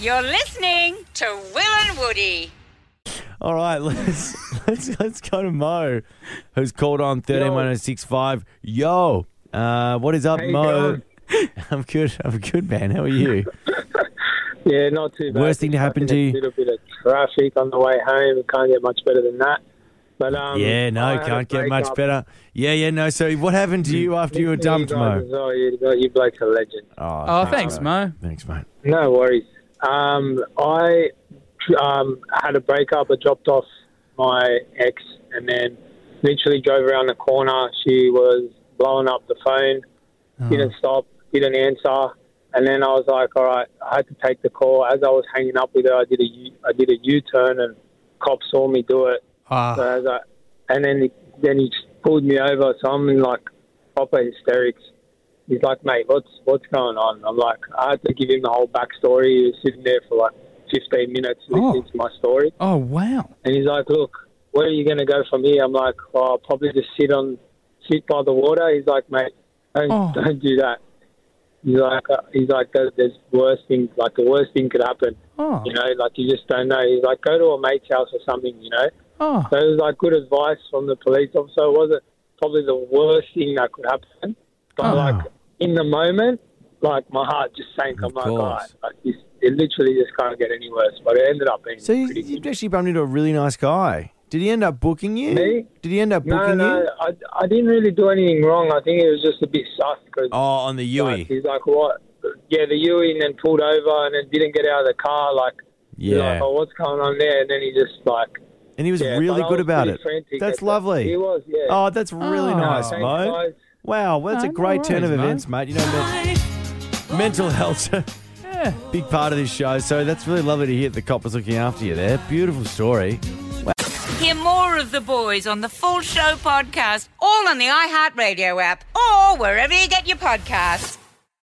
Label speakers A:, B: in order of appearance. A: You're listening to Will and Woody.
B: All right, let's let's let's go to Mo, who's called on thirteen one zero six five. Yo, uh, what is up,
C: How you
B: Mo? I'm good. I'm good, man. How are you?
C: Yeah, not too bad.
B: Worst thing to happen
C: Just
B: to you?
C: A little bit of traffic on the way home. Can't get much better than that. But um,
B: yeah, no,
C: I had a
B: can't get much
C: breakup.
B: better. Yeah, yeah, no. So, what happened to you after you were dumped,
C: you guys
B: Mo?
C: as well. You, you blokes are legends.
D: Oh, thanks,
B: mate.
D: Mo.
B: Thanks, mate.
C: No worries. Um, I um, had a breakup. I dropped off my ex and then literally drove around the corner. She was blowing up the phone, didn't stop, didn't answer. And then I was like, all right, I had to take the call. As I was hanging up with her, I did a, U- I did a U-turn and cop saw me do it. So
D: Ah,
C: I was like, and then he, then he pulled me over. So I'm in like proper hysterics. He's like, mate, what's what's going on? I'm like, I had to give him the whole backstory. He was sitting there for like 15 minutes listening to my story.
D: oh wow.
C: And he's like, look, where are you going to go from here? I'm like, oh, I'll probably just sit on, sit by the water. He's like, mate, don't,
D: Oh.
C: don't do that. He's like, uh, he's like, there- there's worse things, like the worst thing could happen.
D: Oh,
C: You know, like you just don't know. He's like, go to a mate's house or something, you know?
D: oh,
C: So it was like good advice from the police officer. It wasn't probably the worst thing that could happen. But
B: Ah.
D: Oh.
C: like in the moment, like my heart just sank.
B: Of
C: I'm like,
B: course.
C: all right, like this, it literally just can't get any worse. But it ended up being
B: So, you,
C: pretty good.
B: you actually bumped into a really nice guy. Did he end up booking you?
C: Me?
B: Did he end up
C: No,
B: booking
C: no,
B: you?
C: I, I didn't really do anything wrong. I think it was just a bit sus because
B: Oh, on the Yui.
C: he's like, what? Yeah, the Yui, and then pulled over and then didn't get out of the car. Like, he's
B: yeah.
C: like, oh, what's going on there? And then he just like,
B: and he was
C: yeah,
B: really
C: but I
B: good
C: was
B: about it.
C: pretty frantic
B: That's
C: at-
B: lovely.
C: He was, yeah.
B: Oh, that's really
D: Oh.
B: nice,
C: Thanks,
B: Mo.
C: guys.
B: Wow, well, that's
D: No,
B: a
D: no
B: great turn of
D: worries, mate.
B: events, mate. You know, men- mental health's a
D: yeah.
B: big part of this show, so that's really lovely to hear that the cop was looking after you there. Beautiful story.
A: Hear more of the boys on the full show podcast, all on the iHeartRadio app or wherever you get your podcasts.